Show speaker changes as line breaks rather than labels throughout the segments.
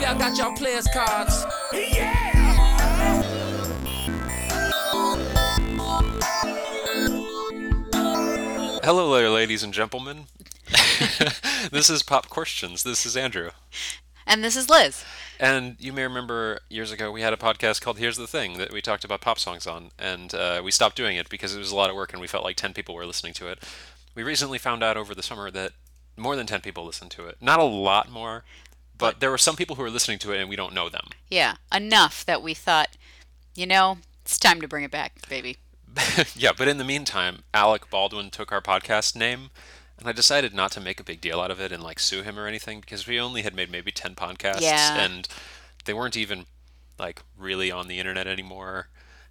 Y'all got y'all players cards.
Hello there, ladies and gentlemen. this is Pop Questions. This is Andrew.
And this is Liz.
And you may remember years ago we had a podcast called Here's the Thing that we talked about pop songs on, and uh, we stopped doing it because it was a lot of work and we felt like 10 people were listening to it. We recently found out over the summer that more than 10 people listened to it. Not a lot more, but there were some people who were listening to it and we don't know them.
Yeah, enough that we thought, you know, it's time to bring it back, baby.
yeah, but in the meantime, Alec Baldwin took our podcast name, and I decided not to make a big deal out of it and like sue him or anything because we only had made maybe 10 podcasts
Yeah.
and they weren't even like really on the internet anymore.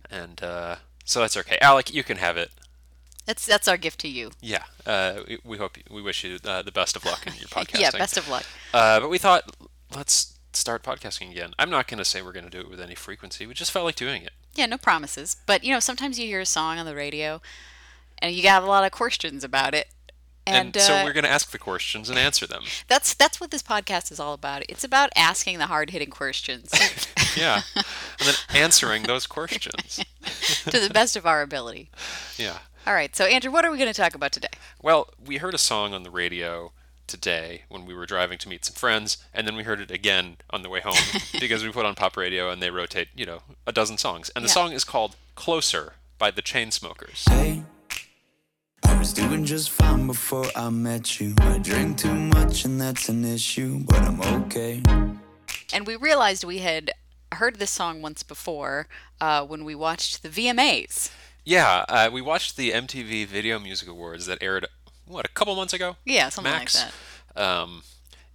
And uh, so that's okay. Alec, you can have it.
That's that's our gift to you.
Yeah. Uh, we, we hope we wish you uh, the best of luck in your podcasting.
Yeah, best of luck.
Uh, but we thought let's start podcasting again. I'm not going to say we're going to do it with any frequency. We just felt like doing it.
Yeah, no promises. But you know, sometimes you hear a song on the radio, and you got a lot of questions about it.
And,
And,
so
uh,
we're going to ask the questions and answer them.
that's that's what this podcast is all about. It's about asking the hard hitting questions
yeah and then answering those questions
to the best of our ability.
yeah
All right, so Andrew, what are we going to talk about today?
well we heard a song on the radio today when we were driving to meet some friends and then we heard it again on the way home because we put on pop radio and they rotate you know a dozen songs and the
Yeah.
song is called closer by the chainsmokers
Hey, I was doing just fine before I met you. I drink too much and that's an issue, but I'm okay.
And we realized we had heard this song once before uh, when we watched the VMAs.
yeah uh, we watched the mtv video music awards that aired what a couple months ago
Yeah, something
max
like that.
um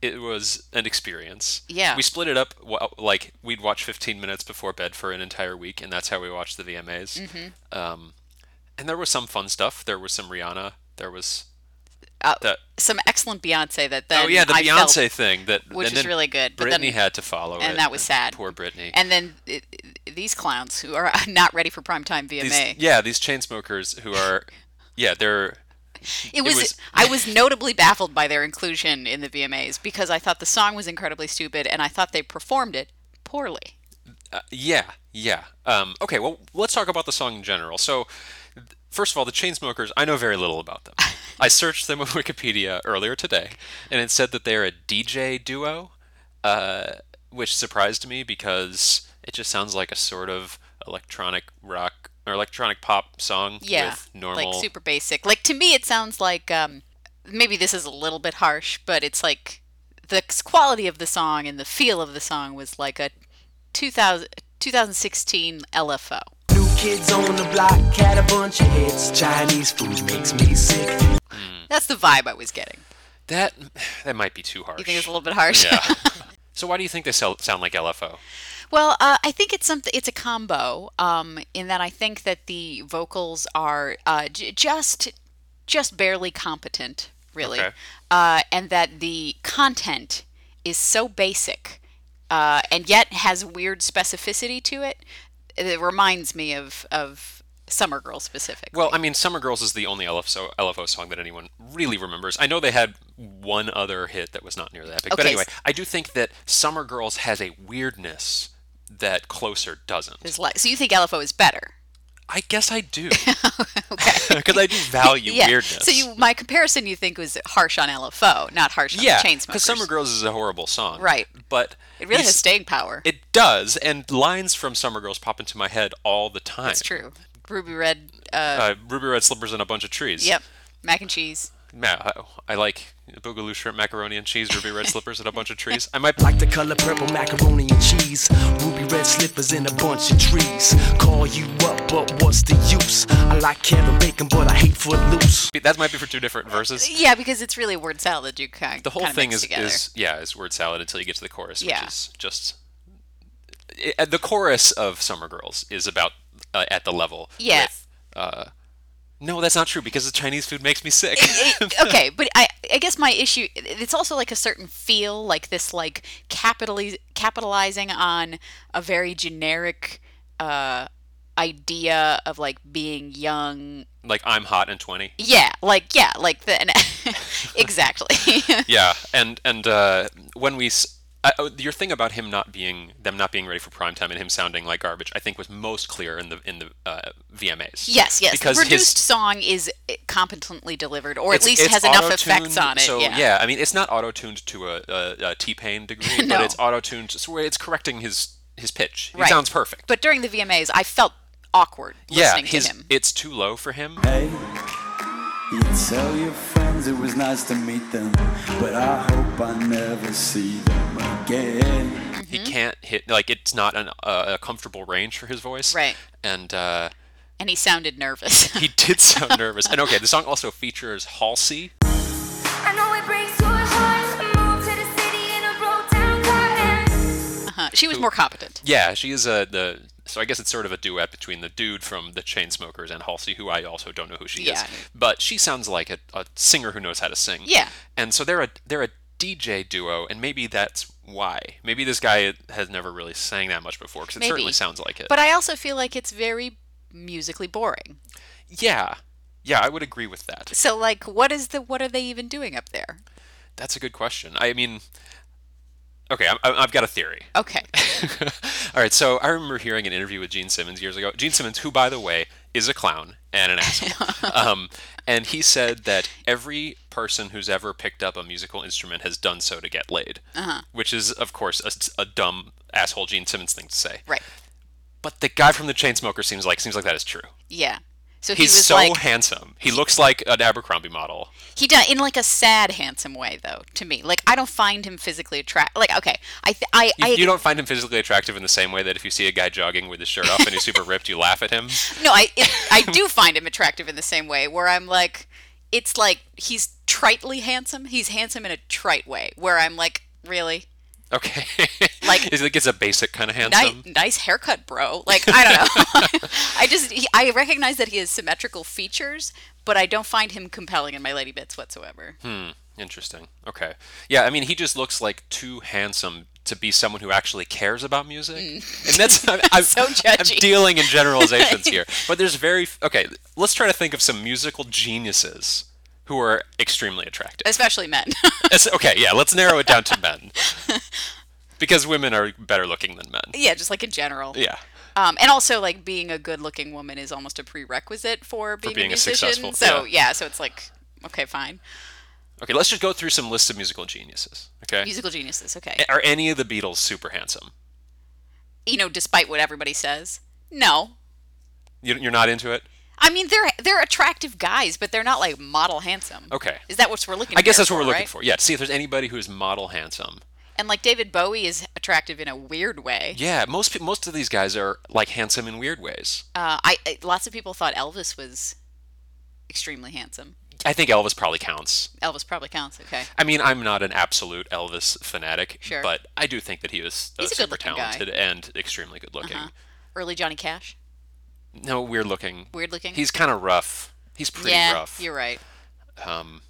it was an experience.
Yeah.
We split it up wa- like we'd watch 15 minutes before bed for an entire week, and that's how we watched the VMAs. Mm-hmm. Um, and there was some fun stuff. There was some Rihanna. There was
Uh,
that.
some excellent Beyonce that then
oh yeah, the
I felt-
Beyonce thing that
which
and
was
then
really good, but
Britney
then-
had to follow it,
and that was sad.
Poor Britney.
and then it, it- these clowns who are not ready for primetime VMA.
these, yeah, these chain smokers who are, yeah, they're
it was,
was-
I was notably baffled by their inclusion in the VMAs because I thought the song was incredibly stupid and I thought they performed it poorly.
Yeah, yeah. Um, okay, well, let's talk about the song in general. So, th- first of all, the Chainsmokers, I know very little about them. I searched them on Wikipedia earlier today, and it said that they're a DJ duo, uh, which surprised me because it just sounds like a sort of electronic rock or electronic pop song
Yeah,
with normal.
like super basic. Like to me, it sounds like um, maybe this is a little bit harsh, but it's like the s- quality of the song and the feel of the song was like a 2000, 2016 LFO.
New kids on the block had a bunch of hits. Chinese food makes me sick.
Hmm.
That's the vibe I was getting.
That that might be too harsh.
You think it's a little bit harsh?
yeah. so why do you think they sell, sound like LFO?
Well, uh, I think it's something. It's a combo. Um, in that I think that the vocals are uh, j- just just barely competent, really,
Okay.
uh, and that the content is so basic, uh, and yet has weird specificity to it. It reminds me of of Summer Girl specifically.
Well, I mean, Summer Girls is the only LFO, LFO song that anyone really remembers. I know they had one other hit that was not nearly that big. But
Okay,
anyway,
s-
I do think that Summer Girls has a weirdness that Closer doesn't.
It's like- so you think LFO is better?
I guess I do. Because I do value weirdness.
So you, my comparison, you think was harsh on LFO, not harsh on
yeah,
the Chainsmokers.
because Summer Girls is a horrible song.
Right.
But
It really
you
has
s-
staying power.
It does, and lines from Summer Girls pop into my head all the time.
It's true. Ruby Red. Uh,
Uh, Ruby Red Slippers and a Bunch of Trees.
yep. Mac and cheese.
Ma- I, I like Boogaloo shrimp macaroni and cheese, Ruby Red Slippers and a Bunch of Trees. I might
Like the color purple macaroni and cheese. Ruby red slippers and a bunch of trees. Call you up, but what's the use? I like Kevin Bacon, but I hate Footloose.
that might be for two different verses.
Yeah, because it's really a word salad that you kind
The whole
kind of
thing
mix
is,
together.
is yeah, is word salad until you get to the chorus,
Yeah.
which is just i the chorus of Summer Girls is about uh, at the level.
yeah.
with- no, that's not true because the Chinese food makes me sick.
It- okay, but I I guess my issue it's also like a certain feel like this like capitaliz- capitalizing on a very generic uh idea of like being young.
like I'm hot and twenty.
Yeah, like yeah, like the exactly.
Yeah, and and uh, when we s- I, oh, your thing about him not being them not being ready for prime time and him sounding like garbage, I think was most clear in the in the uh, VMAs.
Yes, yes.
Because
the
his
reduced song is eh, competently delivered, or at
It's-
least
it's
has enough
auto-tuned,
effects on it.
So
yeah.
I mean, it's not auto tuned to a, a, a T Pain degree,
No.
but it's auto tuned. So it's correcting his his pitch. He
Right.
sounds perfect.
But during the VMAs, I felt awkward
yeah,
listening
his,
to him.
it's too low for him.
Hey, you tell your friends it was nice to meet them, but I hope I never see them again.
Mm-hmm.
He can't hit like it's not an, uh, a comfortable range for his voice.
Right.
And uh,
and he sounded nervous.
he did sound nervous. And okay, the song also features Halsey.
I know it breaks your heart to move to the city in a broke down car and
Uh-huh. She was more competent.
Yeah, she is a the. So I guess it's sort of a duet between the dude from the Chainsmokers and Halsey, who I also don't know who she
Yeah.
is. But she sounds like a, a singer who knows how to sing.
Yeah.
And so they're a they're a DJ duo, and maybe that's why. Maybe this guy has never really sang that much before, because it
Maybe.
certainly sounds like it.
But I also feel like it's very musically boring.
yeah, yeah, I would agree with that.
So like what is the what are they even doing up there?
That's a good question. I mean, okay, I, I, I've got a theory.
Okay.
All right, so I remember hearing an interview with Gene Simmons years ago. Gene Simmons, who, by the way, is a clown and an asshole. um, and he said that every person who's ever picked up a musical instrument has done so to get laid,
Uh-huh.
which is, of course, a, a dumb asshole Gene Simmons thing to say.
Right.
But the guy from the Chainsmokers seems like seems like that is true.
Yeah. So he
He's
was
so
like
handsome. He looks like an Abercrombie model.
he done in like a sad handsome way though to me. Like I don't find him physically attract like okay. I th- I
You,
I
you don't find him physically attractive in the same way that if you see a guy jogging with his shirt off and he's super ripped, you laugh at him.
no, I it, I do find him attractive in the same way where I'm like it's like he's tritely handsome. He's handsome in a trite way where I'm like really
Okay.
Like-
it's like it's a basic kind of
nice,
handsome.
nice haircut, bro. Like I don't know. I just he, I recognize that he has symmetrical features, but I don't find him compelling in my lady bits whatsoever.
Hmm. Interesting. Okay. Yeah, I mean, he just looks like too handsome to be someone who actually cares about music, and that's I'm, I'm
Mm. So judgy.
I'm dealing in generalizations here, but there's very f- okay. Let's try to think of some musical geniuses who are extremely attractive.
Especially men.
It's- okay, yeah, let's narrow it down to men, because women are better looking than men.
yeah, just like in general.
Yeah.
Um, and also like being a good-looking woman is almost a prerequisite for being,
being a
a musician.
successful-
so
yeah.
yeah. so it's like okay, fine.
Okay, let's just go through some lists of musical geniuses. Okay.
Musical geniuses, okay.
are any of the Beatles super handsome?
you know, despite what everybody says. No.
You, you're not into it?
I mean, they're they're attractive guys, but they're not like model handsome.
Okay.
Is that what we're looking?
I guess
here
that's what we're looking
right?
for. Yeah, to see if there's anybody who is model handsome.
And like David Bowie is attractive in a weird way.
Yeah, most pe- most of these guys are like handsome in weird ways.
Uh, I, I lots of people thought Elvis was extremely handsome.
I think Elvis probably counts.
Elvis probably counts. Okay,
I mean, I'm not an absolute Elvis fanatic,
Sure.
but I do think that he was uh,
He's a
super
good-looking guy. Uh-huh.
talented and extremely good looking.
early Johnny Cash,
No, weird looking.
weird looking.
He's kind of rough. He's pretty
yeah,
rough.
you're right.
Um,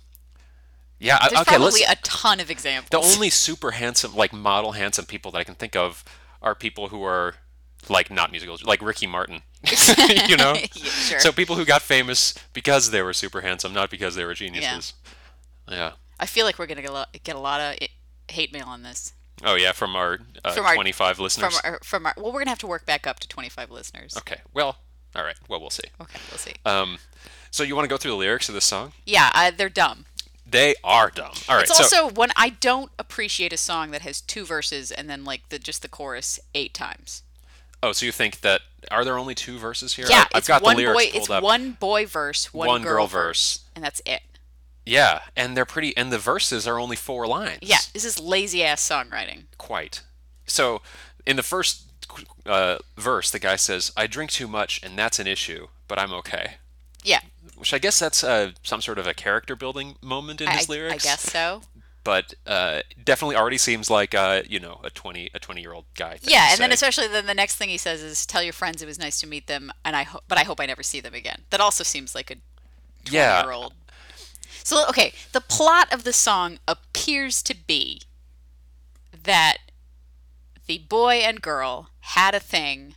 yeah. I-
There's
okay. Let's.
probably a ton of examples.
the only super handsome, like model handsome people that I can think of are people who are like not musical, like Ricky Martin. you know.
Yeah, sure.
So people who got famous because they were super handsome, not because they were geniuses. Yeah.
I feel like we're gonna get a lot, get a lot of i hate mail on this
Oh yeah, from our, uh,
From our-
25
from
listeners.
our, from our. Well, we're gonna have to work back up to 25 listeners.
okay. Well, all right. Well, we'll see.
Okay, we'll see.
Um, so you want to go through the lyrics of this song?
yeah, uh, they're dumb.
They are dumb. All right.
It's
so
also when I don't appreciate a song that has two verses and then like the just the chorus eight times.
oh, so you think that are there only two verses here?
Yeah,
I, have
it's
got
one
the lyrics
boy.
pulled
It's
up.
one boy verse, one,
One
girl,
girl
verse,
verse.
and that's it.
Yeah, and they're pretty, and the verses are only four lines.
Yeah, this is lazy ass songwriting.
quite. So, in the first uh, verse, the guy says, "I drink too much, and that's an issue, but I'm okay."
Yeah,
Which I guess that's uh, some sort of a character building moment in
I,
his
I-
lyrics.
I guess so.
but uh, definitely already seems like uh, you know a twenty a twenty year old guy. thing
Yeah,
to
and then
say.
especially then the next thing he says is, "Tell your friends it was nice to meet them, and I hope, but I hope I never see them again." That also seems like a
yeah.
year old. So okay, the plot of the song appears to be that the boy and girl had a thing,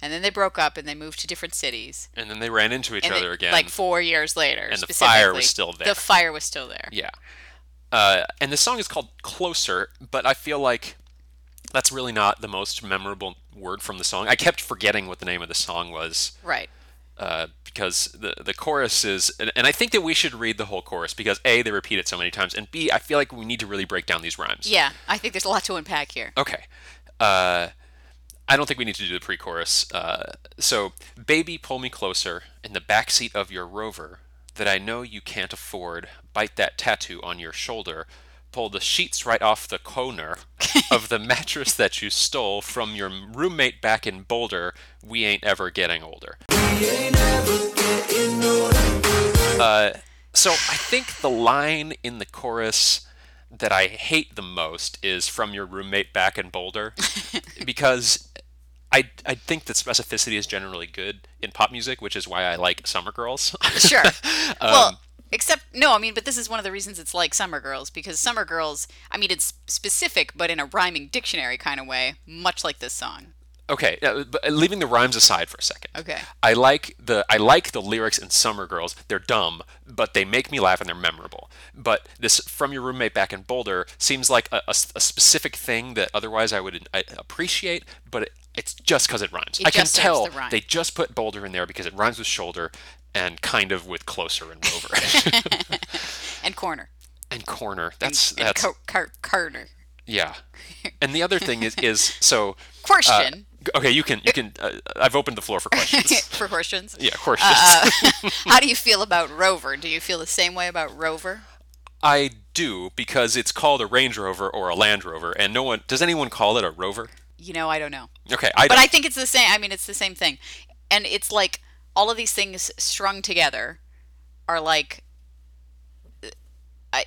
and then they broke up and they moved to different cities.
And then they ran into each
and
other
they-
again.
like four years later.
And the fire was
specifically.
still there.
The fire was still there.
yeah. Uh, and the song is called "Closer," but I feel like That's really not the most memorable word from the song. I kept forgetting what the name of the song was
Right.
uh, because the the chorus is, and, and I think that we should read the whole chorus because a they repeat it so many times, and b I feel like we need to really break down these rhymes.
Yeah, I think there's a lot to unpack here.
Okay. Uh, I don't think we need to do the pre-chorus. Uh, so, baby, pull me closer in the backseat of your rover that I know you can't afford. Bite that tattoo on your shoulder. Pull the sheets right off the corner of the mattress that you stole from your roommate back in Boulder. We ain't ever getting older. Uh, So I think the line in the chorus that I hate the most is from your roommate back in Boulder, because I I think that specificity is generally good in pop music, which is why I like Summer Girls.
Sure.
Um,
well, except no, I mean, but this is one of the reasons it's like Summer Girls because Summer Girls, I mean, it's specific, but in a rhyming dictionary kind of way, much like this song.
okay, uh, but leaving the rhymes aside for a second.
Okay.
I like the I like the lyrics in Summer Girls. They're dumb, but they make me laugh and they're memorable. But this from your roommate back in Boulder seems like a, a s- a specific thing that otherwise I would I appreciate, but it, it's just because it rhymes.
It
I can
just serves
tell
the rhyme.
they just put Boulder in there because it rhymes with shoulder and kind of with closer and rover
And corner.
and corner. That's
And
that's
car- car- Carter.
yeah. And the other thing is is so uh,
Question.
g- okay, you can you can uh, I've opened the floor for questions.
for questions.
Uh, yeah, questions.
Uh, How do you feel about Rover? Do you feel the same way about Rover?
I do because it's called a Range Rover or a Land Rover, and no one does anyone call it a Rover.
You know, I don't know.
Okay, I
But
don't-
I think it's the same. I mean, it's the same thing. And it's like all of these things strung together are like I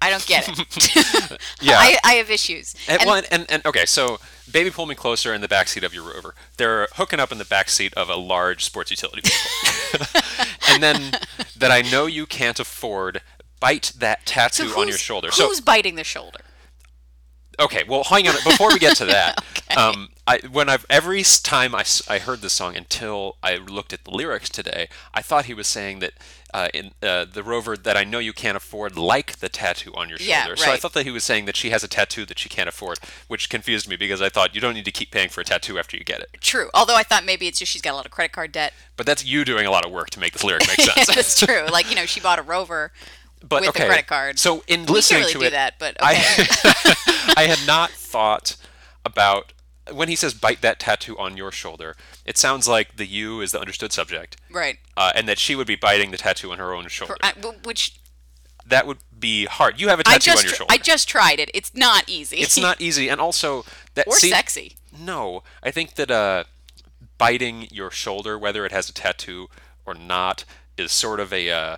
I don't get it.
yeah.
I, I have issues.
and,
And-
well, and, and, and- okay, so baby, pull me closer in the backseat of your Rover. They're hooking up in the backseat of a large sports utility vehicle, and then that I know you can't afford. Bite that tattoo on your
who's-
shoulder. So
Who's biting the shoulder?
Okay, well, hang on. Before we get to that, um, I when I've every s- time I, s- I heard this song until I looked at the lyrics today, I thought he was saying that uh, in uh, the rover that I know you can't afford, like the tattoo on your shoulder.
Yeah,
So I
right.
thought that he was saying that she has a tattoo that she can't afford, which confused me because I thought you don't need to keep paying for a tattoo after you get it.
True. Although I thought maybe it's just she's got a lot of credit card debt.
But that's you doing a lot of work to make this lyric make sense.
That's true. Like you know, she bought a Rover
but
with
okay.
a credit card.
So in
we can
listening
really
to
do
it,
that, but okay.
I, I had not thought about when he says bite that tattoo on your shoulder. It sounds like the you is the understood subject,
right.
uh, and that she would be biting the tattoo on her own shoulder.
I- w- which
that would be hard. You have a
I
tattoo
just
on your
tr-
shoulder.
I just tried it. It's not easy.
it's not easy, and also that
or
see-
sexy.
No, I think that uh, biting your shoulder, whether it has a tattoo or not, is sort of a uh,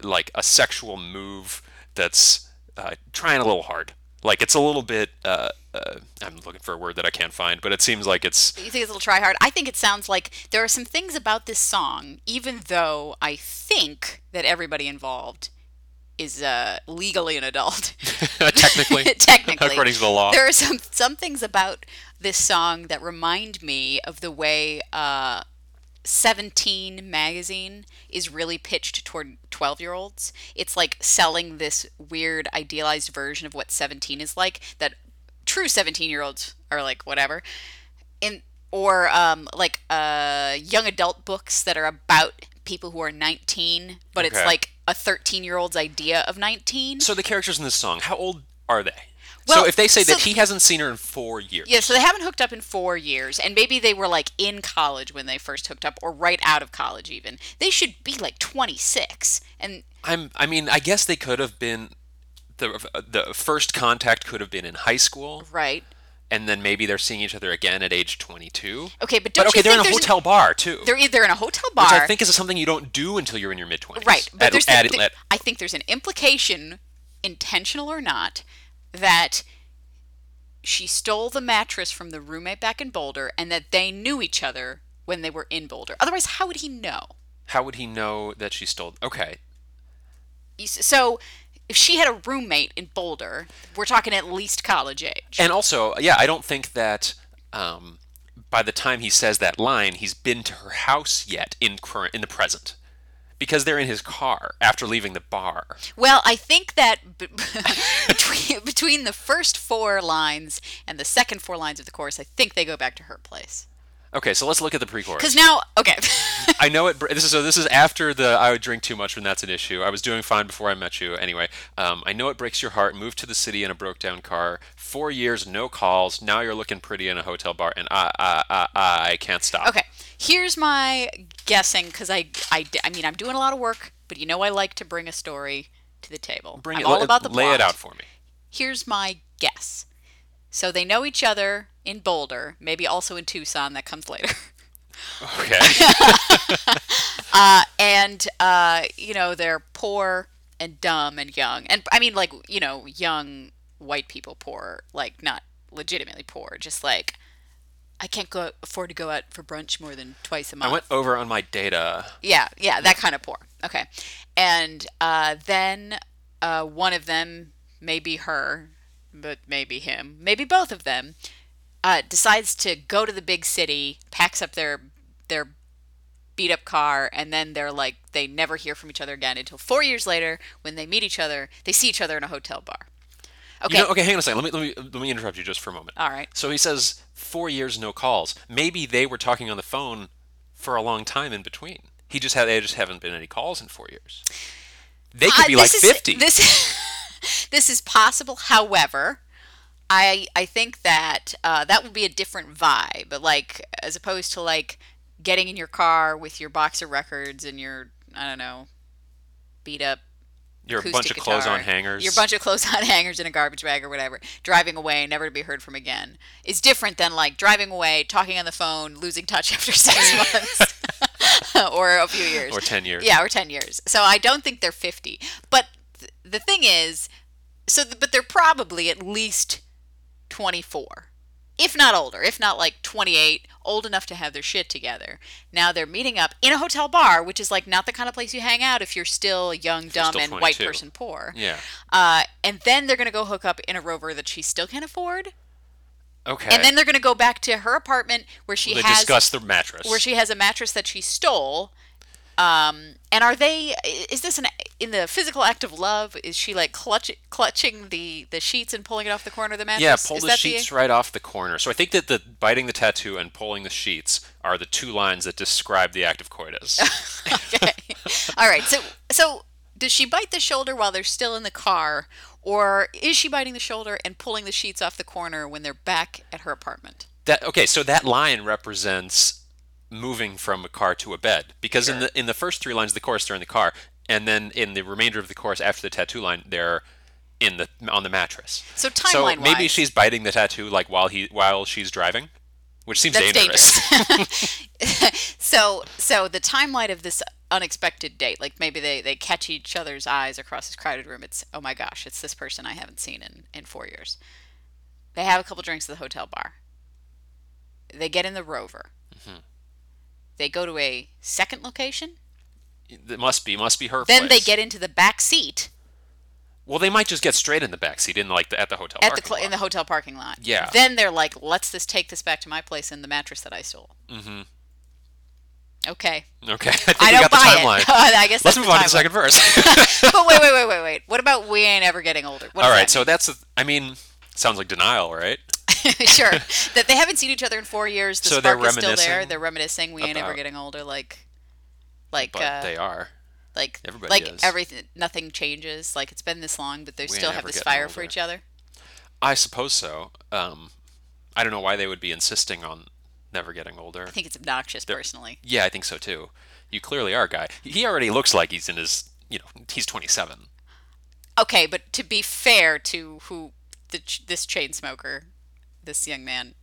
like a sexual move that's uh, trying a little hard. Like it's a little bit. Uh, uh, I'm looking for a word that I can't find, but it seems like it's
you think it's a little try hard. I think it sounds like there are some things about this song, even though I think that everybody involved is uh, legally an adult.
technically
Technically,
according to the law.
there are some some things about this song that remind me of the way uh, Seventeen magazine is really pitched toward twelve year olds. It's like selling this weird idealized version of what Seventeen is like that true seventeen year olds are like whatever, in or um, like uh, young adult books that are about people who are 19 but it's
Okay.
like a 13 year old's idea of 19
so the characters in this song, how old are they?
Well,
so if they say that
so-
he hasn't seen her in four years,
Yeah, so they haven't hooked up in four years, and maybe they were like in college when they first hooked up, or right out of college even. They should be like 26, and
I'm. I mean, I guess they could have been. The, the first contact could have been in high school.
right.
and then maybe they're seeing each other again at age 22.
Okay, but don't
But okay,
you
they're in
think
a
there's an-
hotel bar too,
they're either in a hotel bar,
which I think is something you don't do until you're in your mid 20s.
right? But
at,
there's
at,
the,
at-
I think there's an implication, intentional or not, that she stole the mattress from the roommate back in Boulder, and that they knew each other when they were in Boulder. Otherwise, how would he know?
how would he know that she stole? Okay,
You s- So. If she had a roommate in Boulder, we're talking at least college age.
and also, yeah, I don't think that um, by the time he says that line, he's been to her house yet in current in the present. because they're in his car after leaving the bar.
Well, I think that b- between, between the first four lines and the second four lines of the chorus, I think they go back to her place.
Okay, so let's look at the pre-chorus.
Because now, okay,
I know it. br- This is so. This is after the I would drink too much when that's an issue. I was doing fine before I met you. Anyway, um, I know it breaks your heart. Moved to the city in a broke down car. Four years, no calls. Now you're looking pretty in a hotel bar, and I I I, I can't stop.
okay. Here's my guessing because I, I, d- I mean, I'm doing a lot of work, but you know, I like to bring a story to the table.
Bring
I'm
it.
all
lay-
about the
lay it
plot.
out for me.
Here's my guess. So they know each other in Boulder, maybe also in Tucson. That comes later.
Okay.
and uh, you know they're poor and dumb and young and i mean like you know young white people poor like not legitimately poor just like i can't go afford to go out for brunch more than twice a
I
month
went over on my data.
yeah yeah that kind of poor okay and uh, then uh, one of them maybe her but maybe him maybe both of them uh, decides to go to the big city packs up their their beat up car and then they're like they never hear from each other again until four years later when they meet each other they see each other in a hotel bar okay
You know, okay, hang on a second. Let me, let me let me interrupt you just for a moment.
All right.
So he says four years no calls. Maybe they were talking on the phone for a long time in between. He just had they just haven't been any calls in four years. They could
Uh,
be like
this is-
fifty.
this this is possible. However, I I think that uh, that would be a different vibe, but like as opposed to like getting in your car with your box of records and your I don't know beat up
You're a
acoustic
bunch of clothes
guitar,
on hangers.
Your bunch of clothes on hangers in a garbage bag or whatever, driving away, never to be heard from again, is different than like driving away, talking on the phone, losing touch after six months or a few years
Or 10 years.
Yeah, or ten years. So I don't think they're fifty. But th- the thing is, so th- but they're probably at least twenty four. If not older, if not like 28, old enough to have their shit together. Now they're meeting up in a hotel bar, which is like not the kind of place you hang out if you're still young, dumb,
still
and white
22.
person poor.
yeah.
Uh, and then they're going to go hook up in a rover that she still can't afford.
Okay.
And then they're going to go back to her apartment where she
they
has
discuss the mattress.
where she has a mattress that she stole. Um, and are they? i- Is this an in the physical act of love? Is she like clutch, clutching the the sheets and pulling it off the corner of the mattress?
yeah, pull
Is
the
that
sheets right off the corner. So I think that the biting the tattoo and pulling the sheets are the two lines that describe the act of coitus.
okay. All right. So so does she bite the shoulder while they're still in the car, or is she biting the shoulder and pulling the sheets off the corner when they're back at her apartment?
That okay, so that line represents moving from a car to a bed because in the in the first three lines of the chorus they're in the car, and then in the remainder of the chorus after the tattoo line they're in the on the mattress.
So
so
timeline-wise-
maybe she's biting the tattoo like while he while she's driving, which seems
That's
dangerous.
So so the timeline of this unexpected date, like maybe they, they catch each other's eyes across this crowded room. It's oh my gosh, it's this person I haven't seen in, in four years. They have a couple drinks at the hotel bar. They get in the rover. They go to a second location.
it must be must be her.
Then
place.
they get into the back seat
well, they might just get straight in the backseat in like the, at the hotel
at the
parking
cl- in
lot.
the hotel parking lot.
Yeah.
Then they're like, let's this take this back to my place in the mattress that I stole. Mm-hmm. Okay.
Okay, I think
I
we
don't
got the
buy
timeline.
it. I guess
Let's
that's
move on to the
timeline.
second verse.
but wait, wait, wait, wait, wait. What about we ain't ever getting older? What
All
does
right,
that
so that's a, I mean, sounds like denial, right?
mean? sure that they haven't seen each other in four years. The
So they're
spark is still there.
reminiscing
They're reminiscing. We ain't ever
about-
getting older. Like, like,
But
uh,
they are.
like,
everybody
like
is.
everything. Nothing changes. Like it's been this long, but they still
ain't
have
ever
this
getting
fire for
older.
each other.
I suppose so. Um, I don't know why they would be insisting on never getting older.
I think it's obnoxious, personally.
Yeah, I think so too. You clearly are, guy. He already looks like he's in his, you know, he's 27.
Okay, but to be fair to who the, ch- this chain smoker, this young man,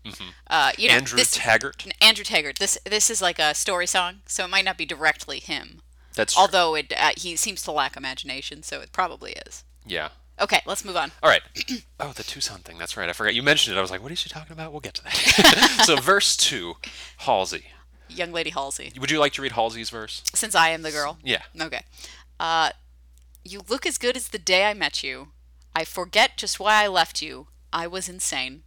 uh, you know,
Andrew
this,
Taggart.
Andrew Taggart. This this is like a story song, so it might not be directly him.
That's true.
Although it, uh, he seems to lack imagination, so it probably is.
yeah.
Okay, let's move on.
All right. Oh, the Tucson thing. That's right. I forgot you mentioned it. I was like, what is she talking about? We'll get to that. so, verse two, Halsey.
Young Lady Halsey.
Would you like to read Halsey's verse?
Since I am the girl.
Yeah.
Okay. Uh, you look as good as the day I met you. I forget just why I left you. I was insane.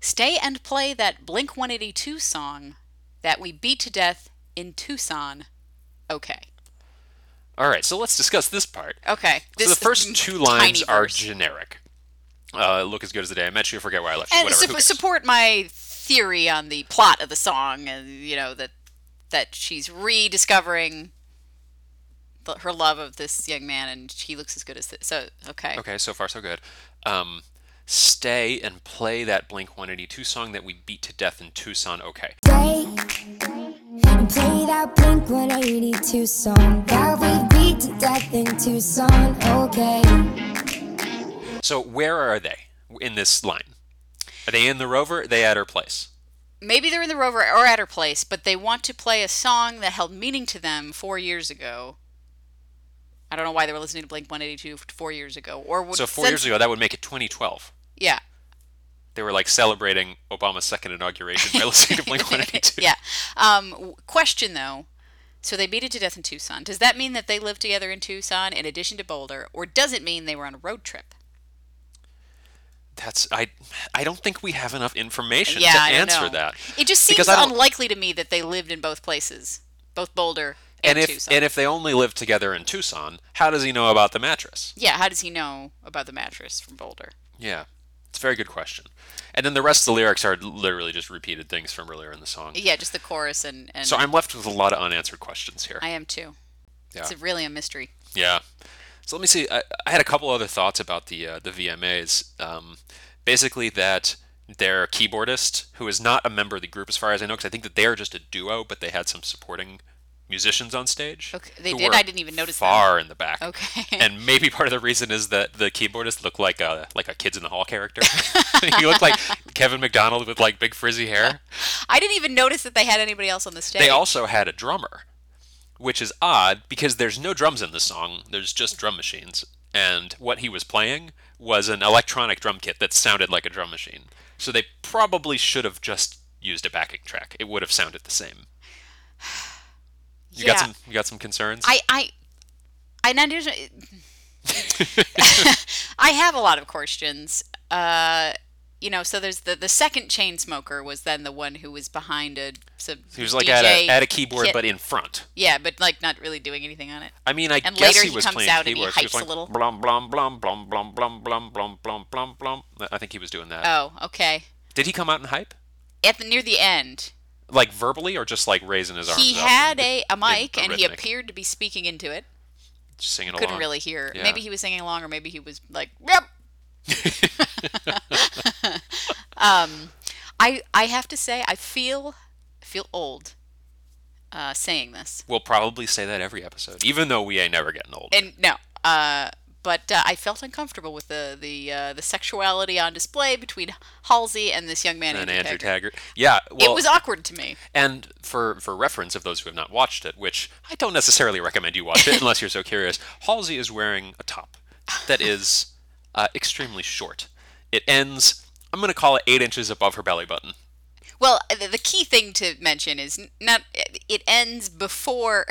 Stay and play that Blink 182 song that we beat to death in Tucson. Okay.
All right, so let's discuss this part.
Okay. This
so
is
the first two
tiny
lines are
verse.
generic. Uh, look as good as the day I met you. Forget why I left you.
and
Whatever.
sup-
who cares?
support my theory on the plot of the song, and you know that that she's rediscovering the, her love of this young man, and he looks as good as this. So okay,
Okay, so far so good. Um, stay and play that Blink 182 song that we beat to death in Tucson. Okay.
Play and play that Blink 182 song that we beat to death in Tucson. Okay,
So where are they in this line? Are they in the rover? Are they at her place?
maybe they're in the rover or at her place, but they want to play a song that held meaning to them four years ago. I don't know why they were listening to Blink 182 f- four years ago, or would
So four
since-
years ago, that would make it 2012.
Yeah,
They were like celebrating Obama's second inauguration by listening to Blink 182.
yeah. Um, w- question though. So they beat it to death in Tucson. Does that mean that they lived together in Tucson in addition to Boulder, or does it mean they were on a road trip?
That's I. I don't think we have enough information
yeah,
to
I don't
answer
know.
that.
It just seems
Because I don't-
unlikely to me that they lived in both places, both Boulder
And
and,
if
Tucson.
and if they only lived together in Tucson, how does he know about the mattress?
yeah, how does he know about the mattress from Boulder?
Yeah, it's a very good question. And then the rest of the lyrics are literally just repeated things from earlier in the song.
Yeah, just the chorus and and
So I'm left with a lot of unanswered questions here.
I am too.
Yeah.
It's really a mystery.
Yeah. So let me see. I, I had a couple other thoughts about the uh, the VMAs. Um, basically, that their keyboardist, who is not a member of the group as far as I know, because I think that they are just a duo, but they had some supporting musicians on stage.
Okay, they
who
did?
were
I didn't even notice that.
Far in the back.
Okay.
And maybe part of the reason is that the keyboardist looked like a like a kids in the hall character. he looked like Kevin McDonald with like big frizzy hair.
I didn't even notice that they had anybody else on the stage.
They also had a drummer, which is odd because there's no drums in this song. There's just drum machines, and what he was playing was an electronic drum kit that sounded like a drum machine. So they probably should have just used a backing track. It would have sounded the same. You got
Yeah.
some you got some concerns?
I I I not I have a lot of questions. Uh, you know, so there's the the second chain smoker was then the one who was behind a some
he was like
DJ
at a, at a keyboard,
kit.
but in front.
yeah, but like not really doing anything on it.
I mean, I
And
guess
later
he
he
was
comes
playing
out and he
keyboards.
hypes
was
a
like,
little.
blum blum blum blum blum blum blum blum blum blum blum. I think he was doing that.
Oh, okay.
Did he come out and hype?
At the, near the end,
Like verbally, or just like raising his arms?
he
up
had
and
a, a mic
in
and he
rhythmic.
appeared to be speaking into it.
just singing
Couldn't
along.
really hear.
Yeah.
Maybe he was singing along, or maybe he was like, "Yep." um, Um, I I have to say, I feel feel old uh, saying this,
We'll probably say that every episode, even though we ain't never getting old.
and no, uh, but uh, I felt uncomfortable with the the uh, the sexuality on display between Halsey and this young man
and
Andrew
Andrew
Taggart.
Taggart. Yeah, well,
it was awkward to me.
and for for reference of those who have not watched it, which I don't necessarily recommend you watch it unless you're so curious. Halsey is wearing a top that is uh, extremely short. It ends. I'm going to call it eight inches above her belly button.
Well, the, the key thing to mention is n- not it ends before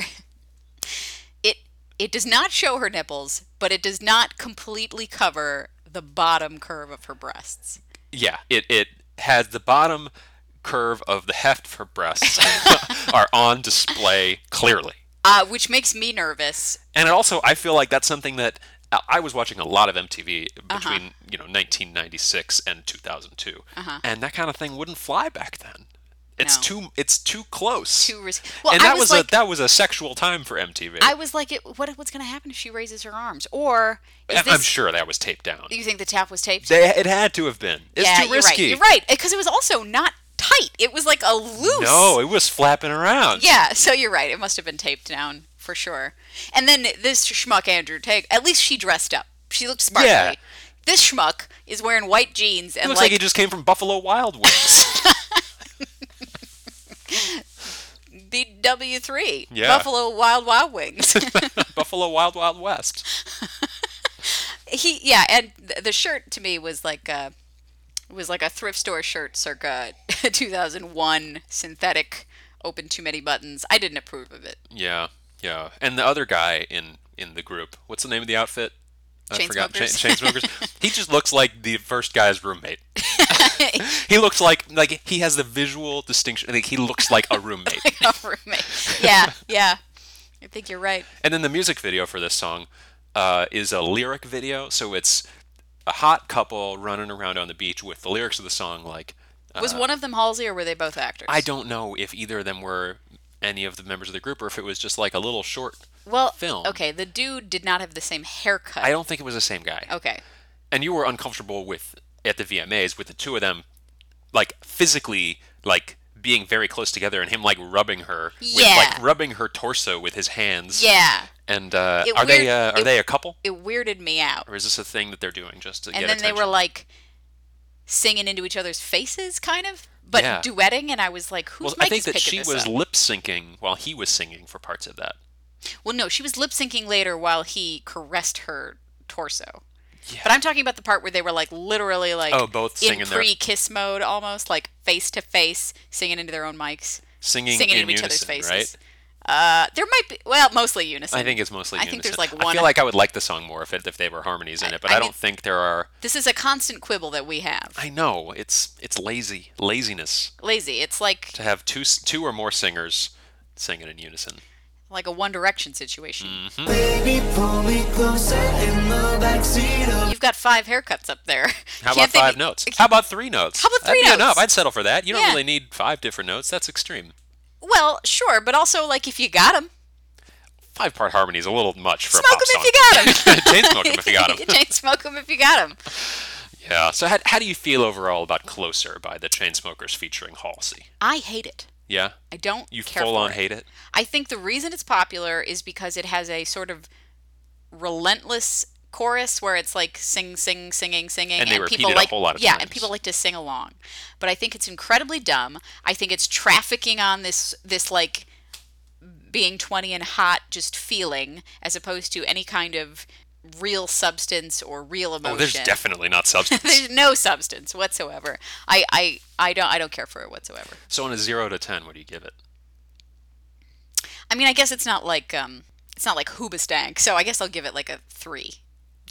it it does not show her nipples, but it does not completely cover the bottom curve of her breasts.
Yeah, it it has the bottom curve of the heft of her breasts are on display clearly.
Uh, which makes me nervous.
And it also, I feel like that's something that I- I was watching a lot of MTV between
Uh-huh.
you know 1996 and 2002, and that kind of thing wouldn't fly back then. It's
Uh-huh. No.
too it's too close.
Too risky. Well,
and
I
that
was
was,
like-
a that was a sexual time for MTV.
I was like, it, what what's going to happen if she raises her arms? Or is
And
this,
I'm sure that was taped down.
you think the tap was taped?
They, it had to have been. It's
yeah,
too risky.
you're right. You're right because it was also not tight. It was like a loose.
No, it was flapping around.
Yeah, so you're right. It must have been taped down for sure. And then this schmuck Andrew Tag, at least she dressed up. She looked sparkly.
Yeah.
This schmuck is wearing white jeans
It
and
looks like,
like,
he just came from Buffalo Wild Wings.
BW3,
Yeah.
Buffalo Wild Wild Wings.
Buffalo Wild Wild West.
he yeah, and th- the shirt to me was like a was like a thrift store shirt circa 2001 synthetic open too many buttons. I didn't approve of it.
Yeah, yeah. And the other guy in in the group, what's the name of the outfit? I forgot. Chain,
Chainsmokers.
Chainsmokers. he just looks like the first guy's roommate. he looks like like he has the visual distinction. Like he looks like a roommate.
Cover me. Yeah, yeah. I think you're right.
And then the music video for this song uh, is a lyric video, so it's a hot couple running around on the beach with the lyrics of the song. Like,
Was one of them Halsey or were they both actors?
Uh, I don't know if either of them were any of the members of the group or if it was just like a little short.
well,
film.
Okay, the dude did not have the same haircut.
I don't think it was the same guy.
Okay.
And you were uncomfortable with at the VMAs with the two of them, like physically, like being very close together, and him like rubbing her, with,
Yeah.
like rubbing her torso with his hands.
Yeah.
And uh,
It
are they
weird-
uh, are
it-
they a couple?
It weirded me out.
or is this a thing that they're doing just to
And
get
then they
attention?
were like singing into each other's faces, kind of, but
Yeah.
duetting. And I was like, who's
well,
mic
I think
is
that
picking
she
this
was
up?
lip syncing while he was singing for parts of that.
Well, no, she was lip syncing later while he caressed her torso. But I'm talking about the part where they were like literally like
Oh, both
in
singing their-
pre-kiss mode almost like face to face singing into their own mics,
Singing,
singing
in
into each other's
unison,
faces.
right?
Uh, there might be well, mostly unison.
I think it's mostly.
I think there's,
unison.
like,
I
one-
feel like I would like the song more if it, if they were harmonies in
I-
it, but
I
I,
mean-
don't think there are.
this is a constant quibble that we have.
I know it's it's lazy laziness
Lazy. It's like
to have two s- two or more singers singing in unison.
like a One Direction situation.
Mm.
Baby, pull me closer in the backseat of
You've got five haircuts up there.
How
Can't
about
they
five
be-
notes? How about three notes?
How about
That'd
three
be
notes?
Enough. I'd settle for that. You don't
Yeah.
really need five different notes. That's extreme.
Well, sure, but also like if you got them,
Five part harmony is a little much for
smoke
a pop
them
song.
if you got them.
Chain smoke 'em if you got 'em.
smoke them if you got them.
Yeah. So how, how do you feel overall about "Closer" by the Chainsmokers featuring Halsey?
I hate it.
Yeah.
I don't
You
care
full
for
on
it.
hate it.
I think the reason it's popular is because it has a sort of relentless chorus where it's like sing, sing, singing, singing,
And they repeat
people
it a
like
whole lot of
yeah, and
times.
people like to sing along. But I think it's incredibly dumb. I think it's trafficking on this this like being 20 and hot just feeling as opposed to any kind of real substance or real emotion.
Oh, there's definitely not substance.
There's no substance whatsoever. I, I I don't I don't care for it whatsoever.
so on a zero to ten, what do you give it?
I mean, I guess it's not like um, it's not like Hoobastank, so I guess I'll give it like a three.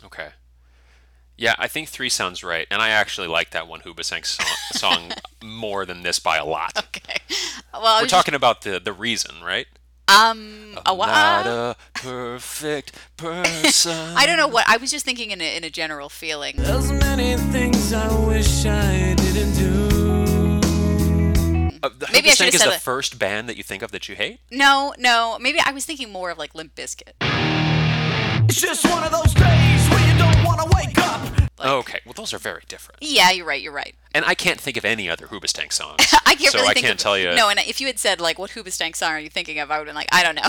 Okay. Yeah, I think three sounds right, and I actually like that one Hoobastank song, song more than this by a lot.
Okay. Well, I
We're
was just-
talking about the the reason, right?
um, a wha-
Not a perfect person.
I don't know what I was just thinking in a, in a general feeling.
There's many things I wish I didn't do.
Uh, the
Maybe I
Hoobastank
should've
is
said
the
that.
first band that you think of that you hate.
No, no, maybe I was thinking more of like Limp Bizkit.
It's just one of those days where you don't wanna wake up.
okay, well those are very different,
Yeah, you're right. You're right.
and I can't think of any other Hoobastank songs.
I can't
so
really
I
think
can't
of,
tell you.
No, and if you had said like what Hoobastank song are you thinking of, I would have been like, I don't know.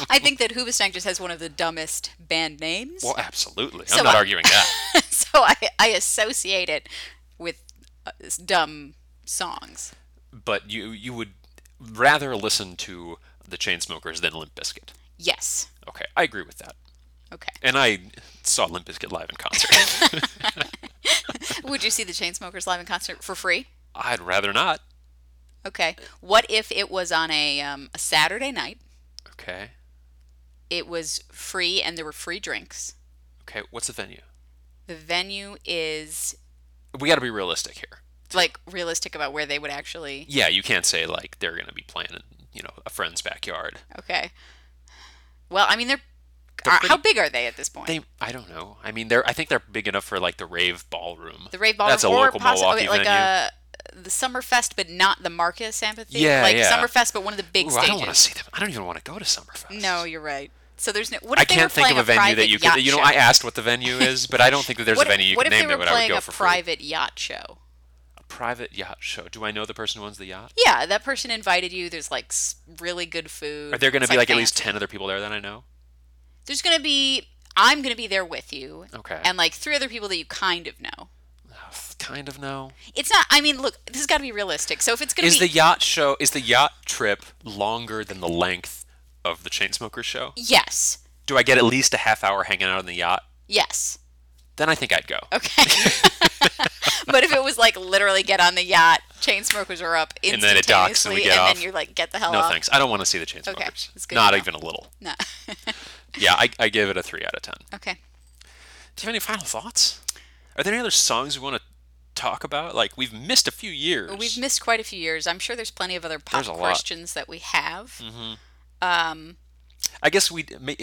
I think that Hoobastank just has one of the dumbest band names.
Well, absolutely.
So
I'm not
I-
arguing that.
so I, I associate it with uh, s- dumb songs.
but you you would rather listen to the Chainsmokers than Limp Bizkit.
Yes.
Okay, I agree with that.
Okay.
And I saw Limp Bizkit live in concert.
Would you see the Chainsmokers live in concert for free?
I'd rather not.
Okay. What if it was on a, um, a Saturday night?
Okay.
It was free and there were free drinks.
Okay, what's the venue?
The venue is
We got to be realistic here.
like realistic about where they would actually.
Yeah, you can't say like they're going to be playing in, you know, a friend's backyard.
Okay. Well, I mean, they're.
They're
are- how
pretty-
big are they at this point?
They I don't know. I mean, they're I think they're big enough for like the rave ballroom.
the Rave Ballroom
That's a
or
local
possi-
Milwaukee
like uh,
venue.
a the Summerfest, but not the Marcus Amphitheater.
Yeah,
like
yeah.
Summerfest, but one of the big
Ooh, I
stages.
don't want to see them. I don't even want to go to Summerfest.
No, you're right. So there's no. What
I
if they were
can't think
playing
of a venue that
private
you
yacht
could. You know,
show?
I asked what the venue is, but I don't think that there's
what
a venue you
what
could
if
name
they
that
were
would I would
playing
go
a
for free.
private yacht show?
private yacht show. Do I know the person who owns the yacht?
Yeah, that person invited you. There's like s- really good food.
Are there going to
It's,
be like at least
fancy.
10 other people there that I know?
There's gonna be. I'm gonna be there with you.
Okay.
And like three other people that you kind of know.
Kind of no.
It's not. I mean, look, this has got to be realistic. So if it's gonna
Is
be,
the yacht show is the yacht trip longer than the length of the Chainsmokers show?
yes,
Do I get at least a half hour hanging out on the yacht?
yes,
Then I think I'd go.
okay. but if it was like literally get on the yacht, chain smokers are up
And
instantaneously,
then it docks and we get off.
then you're like get the hell
No
off.
thanks. I don't want to see the Chainsmokers.
that's good
Not
to know.
even a little.
No.
Yeah, I, I give it a 3 out of 10.
okay.
Do you have any final thoughts? Are there any other songs we want to talk about? Like we've missed a few years.
We've missed quite a few years. I'm sure there's plenty of other pop
There's a lot.
questions that we have. Um,
I guess we may,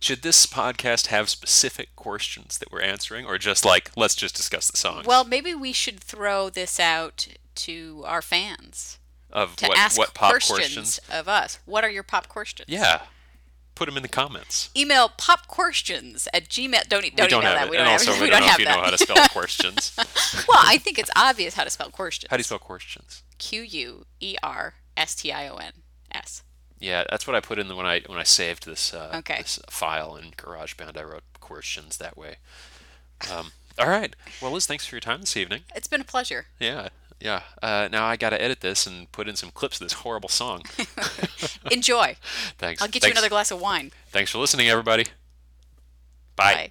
should this podcast have specific questions that we're answering, or just like let's just discuss the song
Well, maybe we should throw this out to our fans
of
to
what
ask
what pop
questions,
questions?
of us. What are your pop questions?
Yeah, put them in the comments.
Email pop questions at gmail. Don't, e- don't,
we don't
email
have
that.
it,
We don't
and
have
also
it.
we, don't, know
have
if you
that.
know how to spell questions.
well, I think it's obvious how to spell questions.
How do you spell questions?
Q U E R S T I O N S.
Yeah, that's what I put in the, when I when I saved this uh,
Okay.
this file in GarageBand. I wrote questions that way. Um, all right. Well, Liz, thanks for your time this evening.
It's been a pleasure.
Yeah, yeah. Uh, now I got to edit this and put in some clips of this horrible song.
Enjoy.
Thanks.
I'll get
Thanks-
you another glass of wine.
Thanks for listening, everybody. Bye.
Bye.